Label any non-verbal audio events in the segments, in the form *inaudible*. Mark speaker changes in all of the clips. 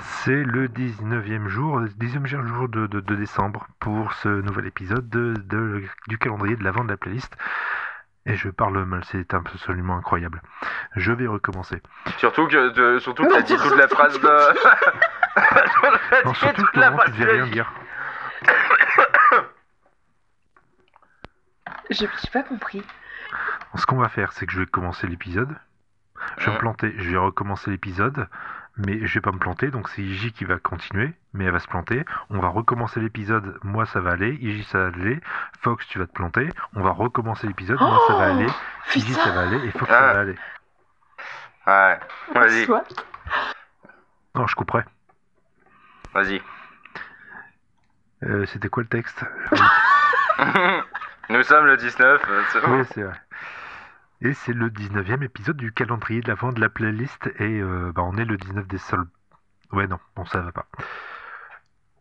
Speaker 1: C'est le 19e jour, euh, 19e jour de, de- de décembre pour ce nouvel épisode de- de- du calendrier de l'avant de la playlist. Et je parle mal, c'est absolument incroyable. Je vais recommencer.
Speaker 2: Surtout que de- surtout que
Speaker 3: Non,
Speaker 2: t'as *laughs* dit toute la phrase de. *laughs* T'as
Speaker 1: Non,
Speaker 2: dit
Speaker 1: surtout
Speaker 2: toute
Speaker 1: que
Speaker 2: la
Speaker 1: Laurent, tu
Speaker 2: phrase
Speaker 1: devais
Speaker 2: de-
Speaker 1: rien dire.
Speaker 3: J'ai j'ai pas compris.
Speaker 1: Ce qu'on va faire, c'est que je vais commencer l'épisode. Je vais me
Speaker 2: Ouais.
Speaker 1: planter, je vais recommencer l'épisode, mais je vais pas me planter, donc c'est Iji qui va continuer, mais elle va se planter. On va recommencer l'épisode, moi ça va aller, Iji ça va aller, Fox tu vas te planter, on va recommencer l'épisode, moi ça va
Speaker 3: Oh,
Speaker 1: aller, Iji ça
Speaker 3: Putain,
Speaker 1: va aller, et Fox
Speaker 2: Ah.
Speaker 1: ça va aller.
Speaker 2: Ouais. Vas-y,
Speaker 3: soit.
Speaker 1: Non, je couperai.
Speaker 2: vas-y. *laughs*
Speaker 1: Euh, C'était quoi le texte
Speaker 2: Nous sommes le 19. euh, c'est-
Speaker 1: Oui, c'est vrai. Et c'est le 19e épisode du calendrier de l'avant de la playlist. Et euh, bah, on est le 19 décembre. Ouais, non, bon, ça va pas.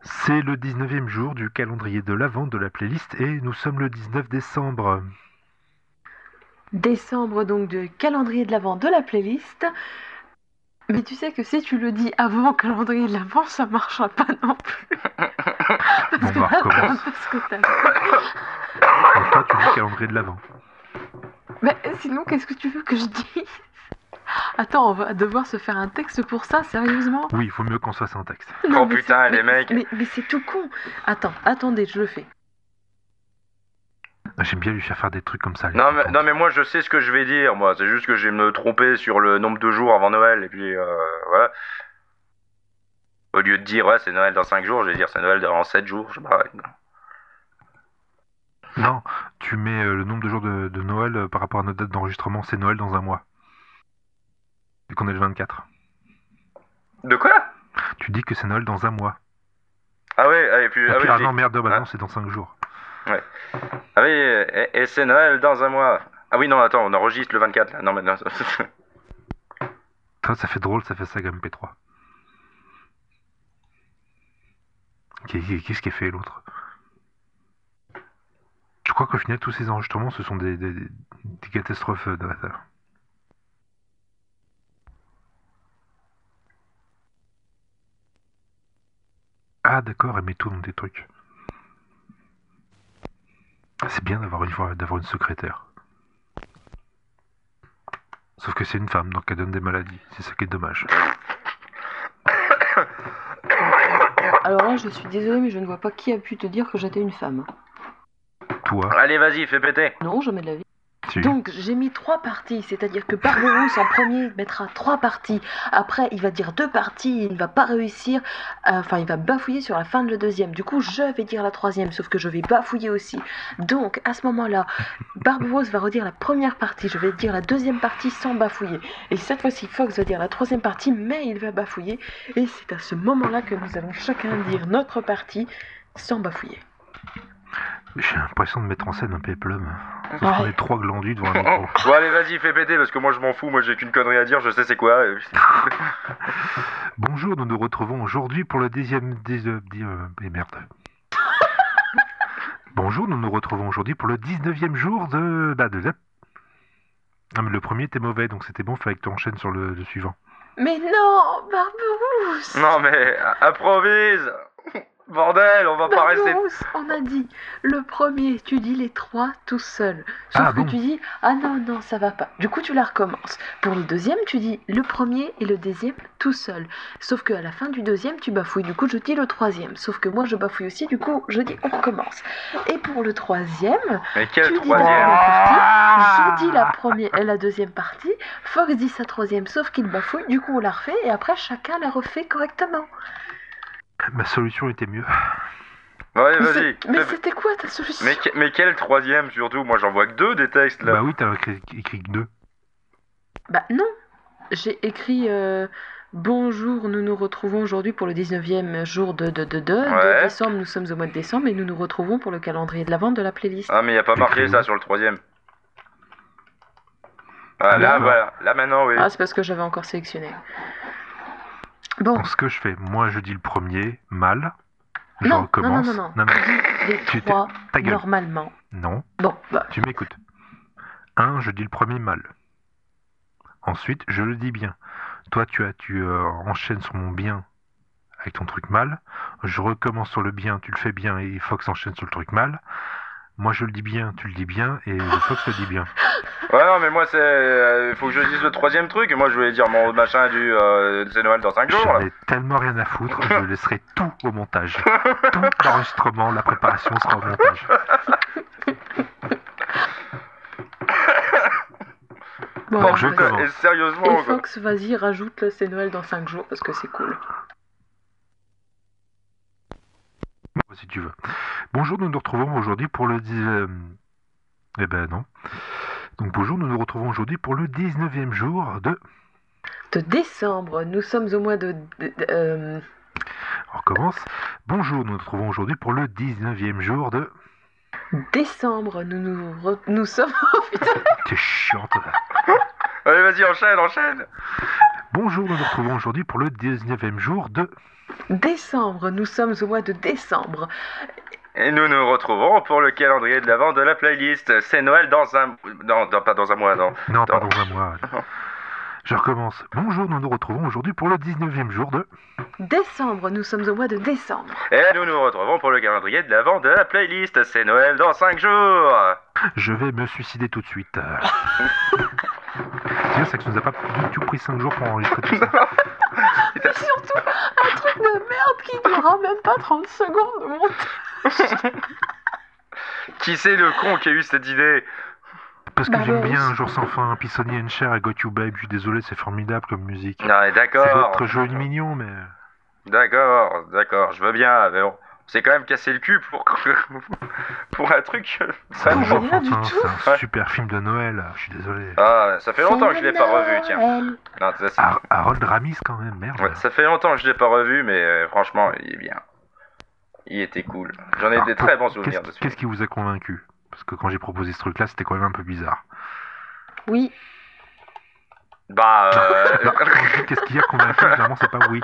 Speaker 1: C'est le 19e jour du calendrier de l'avant de la playlist. Et nous sommes le 19
Speaker 2: *laughs*
Speaker 1: décembre.
Speaker 3: Décembre donc de calendrier de l'avant de la playlist. Mais tu sais que si tu le dis avant calendrier de l'avant, ça marchera pas non plus.
Speaker 1: Bon,
Speaker 3: *laughs* Parce que
Speaker 1: bah,
Speaker 3: là, t'as un
Speaker 1: recommence.
Speaker 3: peu ce que t'as.
Speaker 1: Donc, toi, tu dis calendrier de l'avant.
Speaker 3: Mais euh, sinon, qu'est-ce que tu veux que je dise Attends, on va devoir se faire un texte pour ça, sérieusement
Speaker 1: Oui, il faut mieux qu'on se fasse un texte.
Speaker 3: Non, mais
Speaker 2: Oh, putain,
Speaker 3: c'est-
Speaker 2: les
Speaker 3: mais-
Speaker 2: mecs.
Speaker 3: Mais, mais c'est tout con Attends, attendez, je le fais.
Speaker 1: Ah, J'aime bien lui faire faire des trucs comme ça. les
Speaker 2: Non mais,
Speaker 1: contentes.
Speaker 2: non mais moi je sais ce que je vais dire moi, c'est juste que je vais me tromper sur le nombre de jours avant Noël et puis euh, voilà. Au lieu de dire ouais c'est Noël dans 5 jours, je vais dire c'est Noël dans 7 jours, je sais pas.
Speaker 1: Non, tu mets euh, le nombre de jours de, de Noël euh, par rapport à notre date d'enregistrement. C'est Noël dans un mois. Vu qu'on est le 24.
Speaker 2: De quoi
Speaker 1: Tu dis que c'est Noël dans un mois.
Speaker 2: Ah ouais, ah, et puis,
Speaker 1: Ah,
Speaker 2: ah,
Speaker 1: puis,
Speaker 2: oui,
Speaker 1: ah
Speaker 2: j'ai-
Speaker 1: non, merde, bah
Speaker 2: Ah.
Speaker 1: non, c'est dans 5 jours.
Speaker 2: Ah oui, et, et c'est Noël dans un mois. Ah oui, non, attends, on enregistre le 24. Là. Non, mais non. *laughs*
Speaker 1: Ça, ça fait drôle, ça fait ça comme MP3. Qu'est- qu'est- Qu'est-ce qu'a fait l'autre Je crois qu'au final, tous ces enregistrements, ce sont des, des- des- des catastrophes euh, de la Terre. Ah d'accord, elle met tout dans des trucs. C'est bien d'avoir une, voix- d'avoir une secrétaire. Sauf que c'est une femme, donc elle donne des maladies. C'est ça qui est dommage.
Speaker 3: Alors là, je suis désolée, mais je ne vois pas qui a pu te dire que j'étais une femme.
Speaker 1: Toi,
Speaker 2: Allez, vas-y, fais péter.
Speaker 3: Non, jamais de la vie.
Speaker 1: tu...
Speaker 3: Donc j'ai mis trois parties, c'est-à-dire que Barberousse en premier mettra trois parties. Après, il va dire deux parties, il ne va pas réussir, euh, enfin il va bafouiller sur la fin de la deuxième. Du coup, je vais dire la troisième, sauf que je vais bafouiller aussi. Donc à ce moment-là, Barberousse va redire la première partie, je vais dire la deuxième partie sans bafouiller. Et cette fois-ci, Fox va dire la troisième partie, mais il va bafouiller. Et c'est à ce moment-là que nous allons chacun dire notre partie sans bafouiller.
Speaker 1: J'ai l'impression de mettre en scène un péplum. Sauf
Speaker 3: Ouais.
Speaker 1: qu'on est trois glandus devant un
Speaker 3: *laughs*
Speaker 1: micro.
Speaker 2: bon, allez, vas-y, fais péter parce que moi je m'en fous. Moi j'ai qu'une connerie à dire, je sais
Speaker 1: *laughs*
Speaker 2: c'est quoi. et puis-
Speaker 1: Bonjour, nous nous retrouvons aujourd'hui pour le dixième... dix- euh, dix- euh, eh, merde.
Speaker 3: *laughs*
Speaker 1: Bonjour, nous nous retrouvons aujourd'hui pour le 19e jour de... Bah, de la... Non, mais le premier était mauvais, donc c'était bon, fallait que tu enchaînes sur le, le suivant.
Speaker 3: Mais non, Barberousse
Speaker 2: Non, mais a- improvise. Bordel, on va pas
Speaker 3: Barberousse,
Speaker 2: rester.
Speaker 3: Bah, on a dit le premier, tu dis les trois tout seul. Sauf
Speaker 1: Ah,
Speaker 3: que
Speaker 1: bon.
Speaker 3: tu dis ah non, non, ça va pas. Du coup, tu la recommences. Pour le deuxième, tu dis le premier et le deuxième tout seul. Sauf que à la fin du deuxième, tu bafouilles. Du coup, je dis le troisième. Sauf que moi, je bafouille aussi. Du coup, je dis on recommence. Et pour le troisième,
Speaker 2: Mais
Speaker 3: Tu
Speaker 2: quel
Speaker 3: dis
Speaker 2: troisième
Speaker 3: bon.
Speaker 1: Ah
Speaker 3: je dis la première et la deuxième partie. Fox dit sa troisième, sauf qu'il bafouille. Du coup, on la refait et après, chacun la refait correctement.
Speaker 1: Ma solution était mieux.
Speaker 2: Ouais,
Speaker 3: Bah, Mais
Speaker 2: vas-y.
Speaker 3: c'est- mais
Speaker 2: fais-
Speaker 3: c'était quoi ta solution
Speaker 2: Mais, que- mais quel troisième surtout Moi j'en vois que deux des textes là.
Speaker 1: Bah oui, t'as écrit, écrit que deux.
Speaker 3: Bah non, j'ai écrit euh, Bonjour, nous nous retrouvons aujourd'hui pour le 19e jour de, de, de, de, de
Speaker 2: Ouais.
Speaker 3: décembre, nous sommes au mois de décembre et nous nous retrouvons pour le calendrier de la vente de la playlist.
Speaker 2: Ah, mais y a pas marqué
Speaker 1: Écris-nous.
Speaker 2: ça sur le troisième. Ah, là,
Speaker 1: Ah,
Speaker 2: voilà. Là maintenant, oui.
Speaker 3: Ah, c'est parce que j'avais encore sélectionné. Bon, Oh.
Speaker 1: Bon, ce que je fais, moi je dis le premier, mal. Je
Speaker 3: Non, non,
Speaker 1: recommence.
Speaker 3: non, non, non.
Speaker 1: mais
Speaker 3: les
Speaker 1: Ah. tu t'es-
Speaker 3: trois
Speaker 1: ta gueule.
Speaker 3: normalement.
Speaker 1: Non,
Speaker 3: Bon, bah,
Speaker 1: tu m'écoutes. 1. Je dis le premier mal. Ensuite, je le dis bien. Toi, tu as, tu euh, enchaînes sur mon bien avec ton truc mal. Je recommence sur le bien, tu le fais bien, et Fox enchaîne sur le truc mal. Moi, je le dis bien, tu le dis bien, et Fox le dit bien.
Speaker 2: Ouais, non, mais moi, c'est. euh, faut que je dise le troisième truc. Moi, je voulais dire mon machin du. euh, c'est Noël dans 5 jours,
Speaker 1: J'en
Speaker 2: là.
Speaker 1: ai tellement rien à foutre, je laisserai tout au montage. Tout l'enregistrement, la préparation sera au montage.
Speaker 3: Bon,
Speaker 1: Bon,
Speaker 3: alors,
Speaker 1: je
Speaker 3: vas-y.
Speaker 1: commence.
Speaker 2: Et sérieusement,
Speaker 3: Et
Speaker 2: quoi.
Speaker 3: Fox, vas-y, rajoute le C'est Noël dans 5 jours parce que c'est cool.
Speaker 1: Bon, Si tu veux. Bonjour, nous nous retrouvons aujourd'hui pour le. dix- euh, Eh ben non. Donc bonjour, nous nous retrouvons aujourd'hui pour le 19e jour de.
Speaker 3: De décembre, nous sommes au mois de. de- de- euh,
Speaker 1: On recommence. Bonjour, nous nous retrouvons aujourd'hui pour le 19e jour de.
Speaker 3: décembre, nous nous, re- nous sommes. *laughs*
Speaker 1: T'es chiante. va.
Speaker 2: Allez, vas-y, enchaîne, enchaîne.
Speaker 1: Bonjour, nous nous retrouvons aujourd'hui pour le 19e jour de.
Speaker 3: Décembre, nous sommes au mois de décembre.
Speaker 2: Et nous nous retrouvons pour le calendrier de l'avant de la playlist. C'est Noël dans un. Non, dans- pas dans un mois, Ah non.
Speaker 1: Non, pardon, à moi. Je recommence. Bonjour, nous nous retrouvons aujourd'hui pour le 19e jour de.
Speaker 3: Décembre, nous sommes au mois de décembre.
Speaker 2: Et nous nous retrouvons pour le calendrier de l'avant de la playlist. C'est Noël dans 5 jours.
Speaker 1: Je vais me suicider tout de suite. Euh. C'est-à-dire, c'est que ça nous a pas du tout pris 5 jours pour enregistrer tout ça.
Speaker 3: Et *laughs* surtout, un truc de merde qui durera même pas 30 secondes de montage.
Speaker 2: Qui c'est le con qui a eu cette idée
Speaker 1: Parce que
Speaker 3: Bah,
Speaker 1: j'aime
Speaker 3: ouais,
Speaker 1: bien
Speaker 3: aussi.
Speaker 1: Un jour sans fin, Pissonnier and Cher et Got You Babe. Je suis désolé, c'est formidable comme musique.
Speaker 2: Non, mais
Speaker 1: C'est
Speaker 2: d'accord.
Speaker 1: votre joli mignon, mais.
Speaker 2: D'accord, d'accord, je veux bien, mais bon. C'est quand même cassé le cul pour, *laughs* pour un truc.
Speaker 1: C'est un
Speaker 3: me
Speaker 2: me
Speaker 1: jour
Speaker 3: dit
Speaker 1: sans
Speaker 3: rien du
Speaker 1: fin,
Speaker 3: tout.
Speaker 1: c'est un
Speaker 2: Ouais.
Speaker 1: super film de Noël. Je suis désolé.
Speaker 2: Ah, ça fait longtemps que je l'ai pas revu, tiens. Non, ça, c'est-
Speaker 1: Har- Harold Ramis, quand même, merde.
Speaker 2: Ah. Ouais, ça fait longtemps que je l'ai pas revu, mais euh, franchement, il est bien. Il était cool. J'en ai
Speaker 1: Alors,
Speaker 2: des
Speaker 1: pour-
Speaker 2: très bons
Speaker 1: Ah, Qu'est-ce
Speaker 2: souvenirs dessus.
Speaker 1: qu'est-ce qui vous a convaincu Parce que quand j'ai proposé ce truc-là, c'était quand même un peu bizarre.
Speaker 3: Oui,
Speaker 2: Bah,
Speaker 1: *laughs*
Speaker 2: euh,
Speaker 1: Bah, quand je dis qu'est-ce qui a convaincu, clairement, c'est pas oui.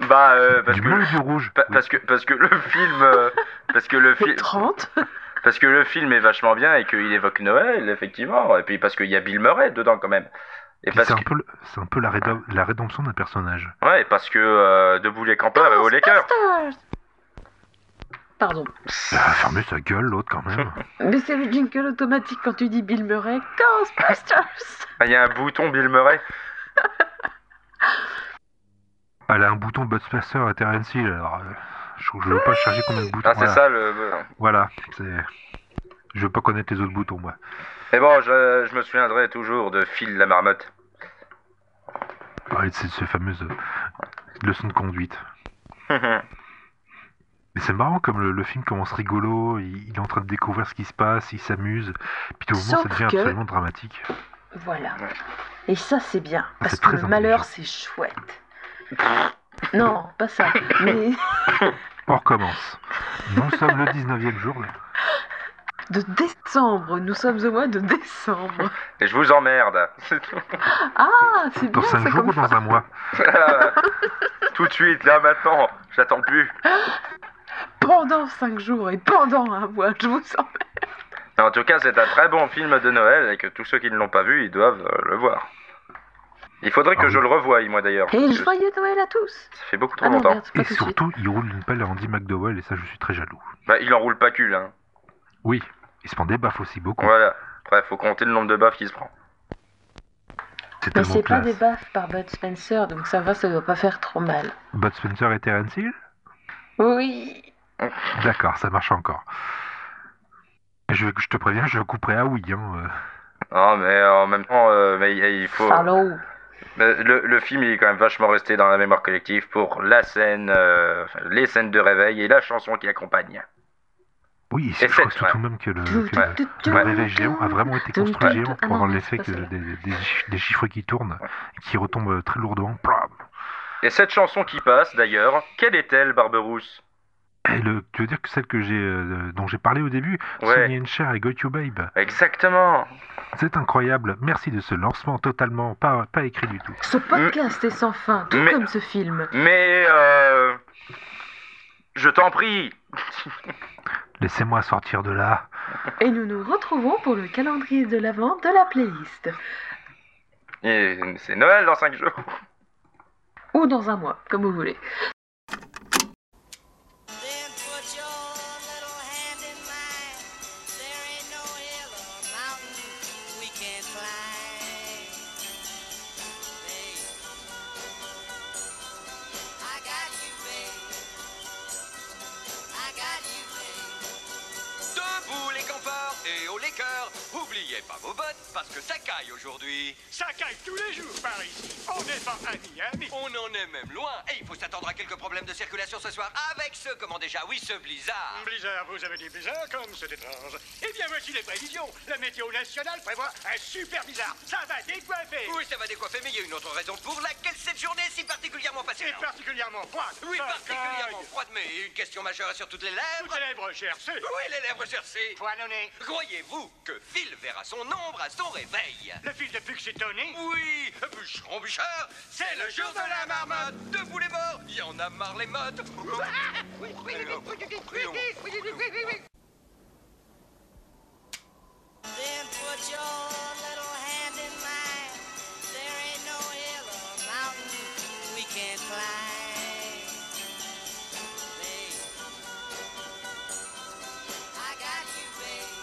Speaker 2: bah, euh, *laughs* parce
Speaker 1: du
Speaker 2: que.
Speaker 1: bleu et du rouge.
Speaker 2: pa-
Speaker 1: oui.
Speaker 2: Parce que, parce que le film, euh, parce que le
Speaker 3: le
Speaker 2: film,
Speaker 3: 30.
Speaker 2: parce que le film est vachement bien et qu'il évoque Noël, effectivement, et puis parce qu'il y a Bill Murray dedans quand même, et
Speaker 1: Puis
Speaker 2: parce
Speaker 1: c'est
Speaker 2: que,
Speaker 1: un peu, le- c'est un peu la, rédo- la rédemption d'un personnage.
Speaker 2: ouais, et parce que euh, Debout les campeurs et Haut les cœurs.
Speaker 3: Pardon.
Speaker 1: Bah, fermez sa gueule, l'autre, quand
Speaker 2: *laughs*
Speaker 1: même.
Speaker 3: Mais c'est le jingle automatique quand tu dis Bill Murray. Ghostbusters
Speaker 2: Ah, Il y a un bouton Bill Murray.
Speaker 1: Elle a un bouton Bud Spencer et Terence Hill, alors euh, je ne veux pas charger combien de boutons.
Speaker 2: Ah, c'est
Speaker 1: voilà.
Speaker 2: ça le.
Speaker 1: Voilà, c'est... Je veux pas connaître les autres boutons, moi.
Speaker 2: Et bon, je, je me souviendrai toujours de Phil la marmotte.
Speaker 1: Ah, et c'est ces fameuses euh, leçons de
Speaker 3: *laughs*
Speaker 1: conduite. Mais c'est marrant comme le, le film commence rigolo, il, il est en train de découvrir ce qui se passe, il s'amuse, puis tout au moment ça
Speaker 3: Sauf
Speaker 1: devient
Speaker 3: que-
Speaker 1: absolument dramatique.
Speaker 3: Voilà.
Speaker 2: Ouais.
Speaker 3: Et ça, c'est bien. Parce
Speaker 1: c'est
Speaker 3: que
Speaker 1: très
Speaker 3: le malheur, c'est chouette. Non, pas
Speaker 2: *laughs*
Speaker 3: ça. Mais
Speaker 1: On recommence. Nous sommes le 19e jour. là.
Speaker 3: de décembre, nous sommes au mois de décembre.
Speaker 2: Et je vous emmerde. *laughs*
Speaker 3: Ah, c'est
Speaker 1: Dans
Speaker 3: bien
Speaker 1: 5
Speaker 3: ça
Speaker 1: jours
Speaker 3: comme
Speaker 1: ou dans un mois
Speaker 2: Ah, Tout de suite, là, maintenant. J'attends plus.
Speaker 3: pendant 5 jours et pendant un mois, je vous sens.
Speaker 2: Mais en tout cas, c'est un très bon film de Noël et que tous ceux qui ne l'ont pas vu, ils doivent euh, le voir. Il faudrait
Speaker 1: Ah
Speaker 2: que
Speaker 1: oui.
Speaker 2: je le revoie, moi d'ailleurs. parce
Speaker 3: Et
Speaker 2: que
Speaker 3: joyeux Noël à tous
Speaker 2: Ça fait beaucoup trop
Speaker 3: Ah non,
Speaker 2: longtemps.
Speaker 3: merde, c'est
Speaker 1: Et
Speaker 3: pas tout de suite.
Speaker 1: surtout, il roule une pelle à Andy McDowell, et ça, je suis très jaloux.
Speaker 2: Bah, il enroule pas cul, hein.
Speaker 1: Oui, il se prend des baffes aussi beaucoup.
Speaker 2: Voilà. Bref, faut compter le nombre de baffes qu'il se prend.
Speaker 1: C'est
Speaker 3: Mais
Speaker 1: tellement
Speaker 3: c'est pas
Speaker 1: classe.
Speaker 3: des baffes par Bud Spencer, donc ça va, ça doit pas faire trop mal.
Speaker 1: Bud Spencer et Terence Hill
Speaker 3: Oui.
Speaker 1: D'accord, ça marche encore. Je, je te préviens, je couperai à oui. Hein. euh.
Speaker 2: Non, mais en même temps, euh, mais il il faut.
Speaker 3: Allô
Speaker 2: Le, le- le film il est quand même vachement resté dans la mémoire collective pour la scène, euh, enfin, les scènes de réveil et la chanson qui accompagne.
Speaker 1: Oui,
Speaker 2: Et
Speaker 1: je crois
Speaker 2: sept,
Speaker 1: surtout même que le, que le- le réveil géant a vraiment été
Speaker 3: Tum, tum,
Speaker 1: construit
Speaker 3: tum.
Speaker 1: géant
Speaker 3: Ah
Speaker 1: pour avoir
Speaker 3: non,
Speaker 1: l'effet
Speaker 3: c'est
Speaker 1: que
Speaker 3: pas
Speaker 1: des,
Speaker 3: ça.
Speaker 1: des chiffres- des chiffres qui tournent, qui retombent euh, très lourdement. Plam.
Speaker 2: Et cette chanson qui passe d'ailleurs, quelle est-elle, Barberousse
Speaker 1: Et le, tu veux dire que celle que j'ai, euh, dont j'ai parlé au début,
Speaker 2: Ouais,
Speaker 1: Sonny and Cher et Got You Babe,
Speaker 2: exactement.
Speaker 1: c'est incroyable. Merci de ce lancement totalement pas, pas écrit du tout.
Speaker 3: Ce podcast est sans fin, tout
Speaker 2: Mm. Mais-
Speaker 3: comme ce film.
Speaker 2: Mais euh, je t'en prie.
Speaker 1: Laissez-moi sortir de là.
Speaker 3: Et nous nous retrouvons pour le calendrier de l'avant de la playlist.
Speaker 2: Et C'est Noël dans 5 jours.
Speaker 3: ou dans un mois, comme vous voulez.
Speaker 4: Then put your little hand in mine. There ain't no hill or mountain we can climb. Babe, I got you, babe. I got you, babe.
Speaker 5: Debout les campeurs et haut les cœurs, oubliez pas vos bottes parce que ça caille aujourd'hui.
Speaker 6: Ça caille tous les jours par ici. On n'est pas amis, amis.
Speaker 5: On en est même loin et il faut s'attendre à quelques problèmes de circulation ce soir avec ce, comment déjà, oui, ce blizzard.
Speaker 6: Blizzard, vous avez dit blizzard comme c'est étrange. Eh bien, voici les prévisions. La météo nationale prévoit un super blizzard. Ça va décoiffer.
Speaker 5: Oui, ça va décoiffer, mais il y a une autre raison pour laquelle cette journée est si particulièrement
Speaker 6: Et
Speaker 5: passionnante.
Speaker 6: particulièrement froide.
Speaker 5: Oui,
Speaker 6: Ça
Speaker 5: particulièrement
Speaker 6: caille.
Speaker 5: froide, mais une question majeure est sur toutes les lèvres.
Speaker 6: Toutes les lèvres cherchées.
Speaker 5: Oui, les lèvres cherchées.
Speaker 6: Poilonné.
Speaker 5: Croyez-vous que Phil verra son ombre à son réveil
Speaker 6: Le fil de Puxetoni.
Speaker 5: Oui, bûcheron, bûcheur, c'est le jour de la marmotte. Debout les bords, il y en a marre les mottes.
Speaker 4: Then put your little hand in mine. There ain't no hill or mountain we can climb. Babe, I got you, babe.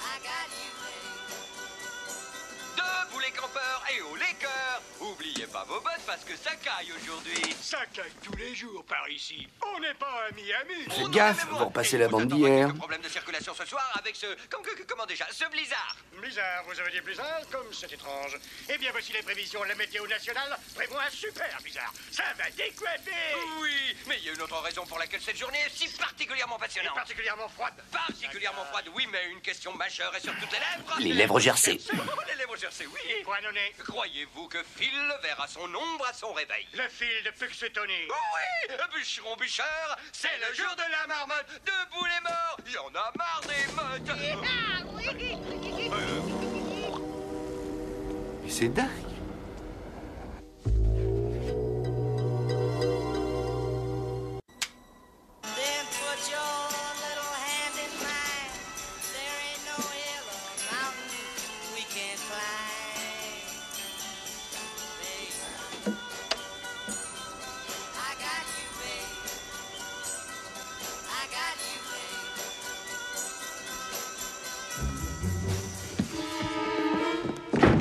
Speaker 4: I got you, babe.
Speaker 5: Debout les campeurs et haut les cœurs. Oubliez pas vos bottes parce que ça caille aujourd'hui.
Speaker 6: Ça caille tous les jours par ici. On n'est pas amis, amis.
Speaker 5: On en est
Speaker 7: gaffe,
Speaker 5: même
Speaker 7: vont
Speaker 5: loin.
Speaker 7: repasser
Speaker 5: Et
Speaker 7: la
Speaker 5: on
Speaker 7: bande
Speaker 5: s'attend à
Speaker 7: d'hier.
Speaker 5: quelques problèmes de circulation ce soir avec ce... comme- que- que- comment déjà Ce blizzard.
Speaker 6: Blizzard, vous avez dit blizzard comme c'est étrange. Eh bien, voici les prévisions. La météo nationale prévoit un super blizzard. Ça va décoiffer.
Speaker 5: Oui, mais il y a une autre raison pour laquelle cette journée est si particulièrement
Speaker 6: Et
Speaker 5: passionnante.
Speaker 6: particulièrement froide.
Speaker 5: Particulièrement froide, oui, mais une question majeure est sur toutes les lèvres.
Speaker 7: Les lèvres gercées.
Speaker 5: Les lèvres gercées, oui.
Speaker 6: Poilonné.
Speaker 5: Croyez-vous que Phil verra son ombre à son réveil
Speaker 6: Le fil de
Speaker 5: Oh
Speaker 6: Puxetoni.
Speaker 5: Oui, bûcheron, bûcheur, c'est le jour de la marmotte. Debout les morts, il y en a marre des mottes.
Speaker 7: Mais c'est dingue.
Speaker 4: Then put your little hand in mine. There ain't no hill or mountain we can climb. Babe, I got you, babe. I got you, babe.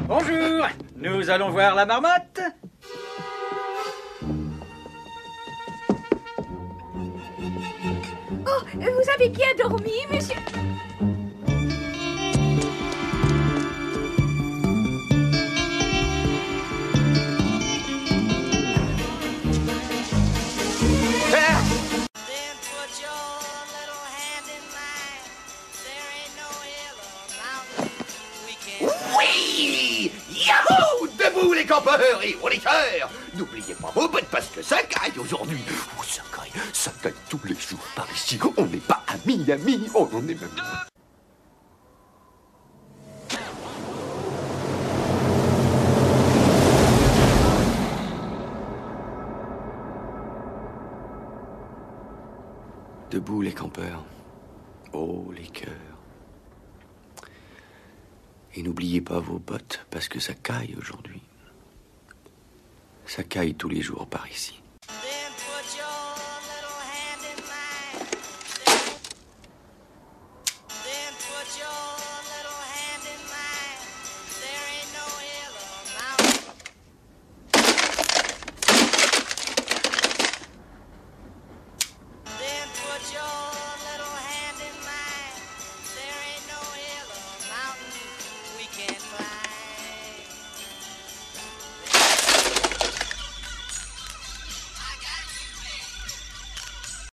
Speaker 8: Bonjour, nous allons voir la marmotte.
Speaker 9: Oh, vous avez bien dormi, monsieur
Speaker 4: Then put your little hand in mine. There ain't no hill or mountain we can
Speaker 7: Oui Yahoo Debout les campeurs et on les cœurs N'oubliez pas vos bottes parce que ça caille aujourd'hui. Oh, ça caille, ça caille tous les jours par ici. On n'est pas amis, amis, on en est même... Debout les campeurs, oh les cœurs. Et n'oubliez pas vos bottes, parce que ça caille aujourd'hui. Ça caille tous les jours par ici.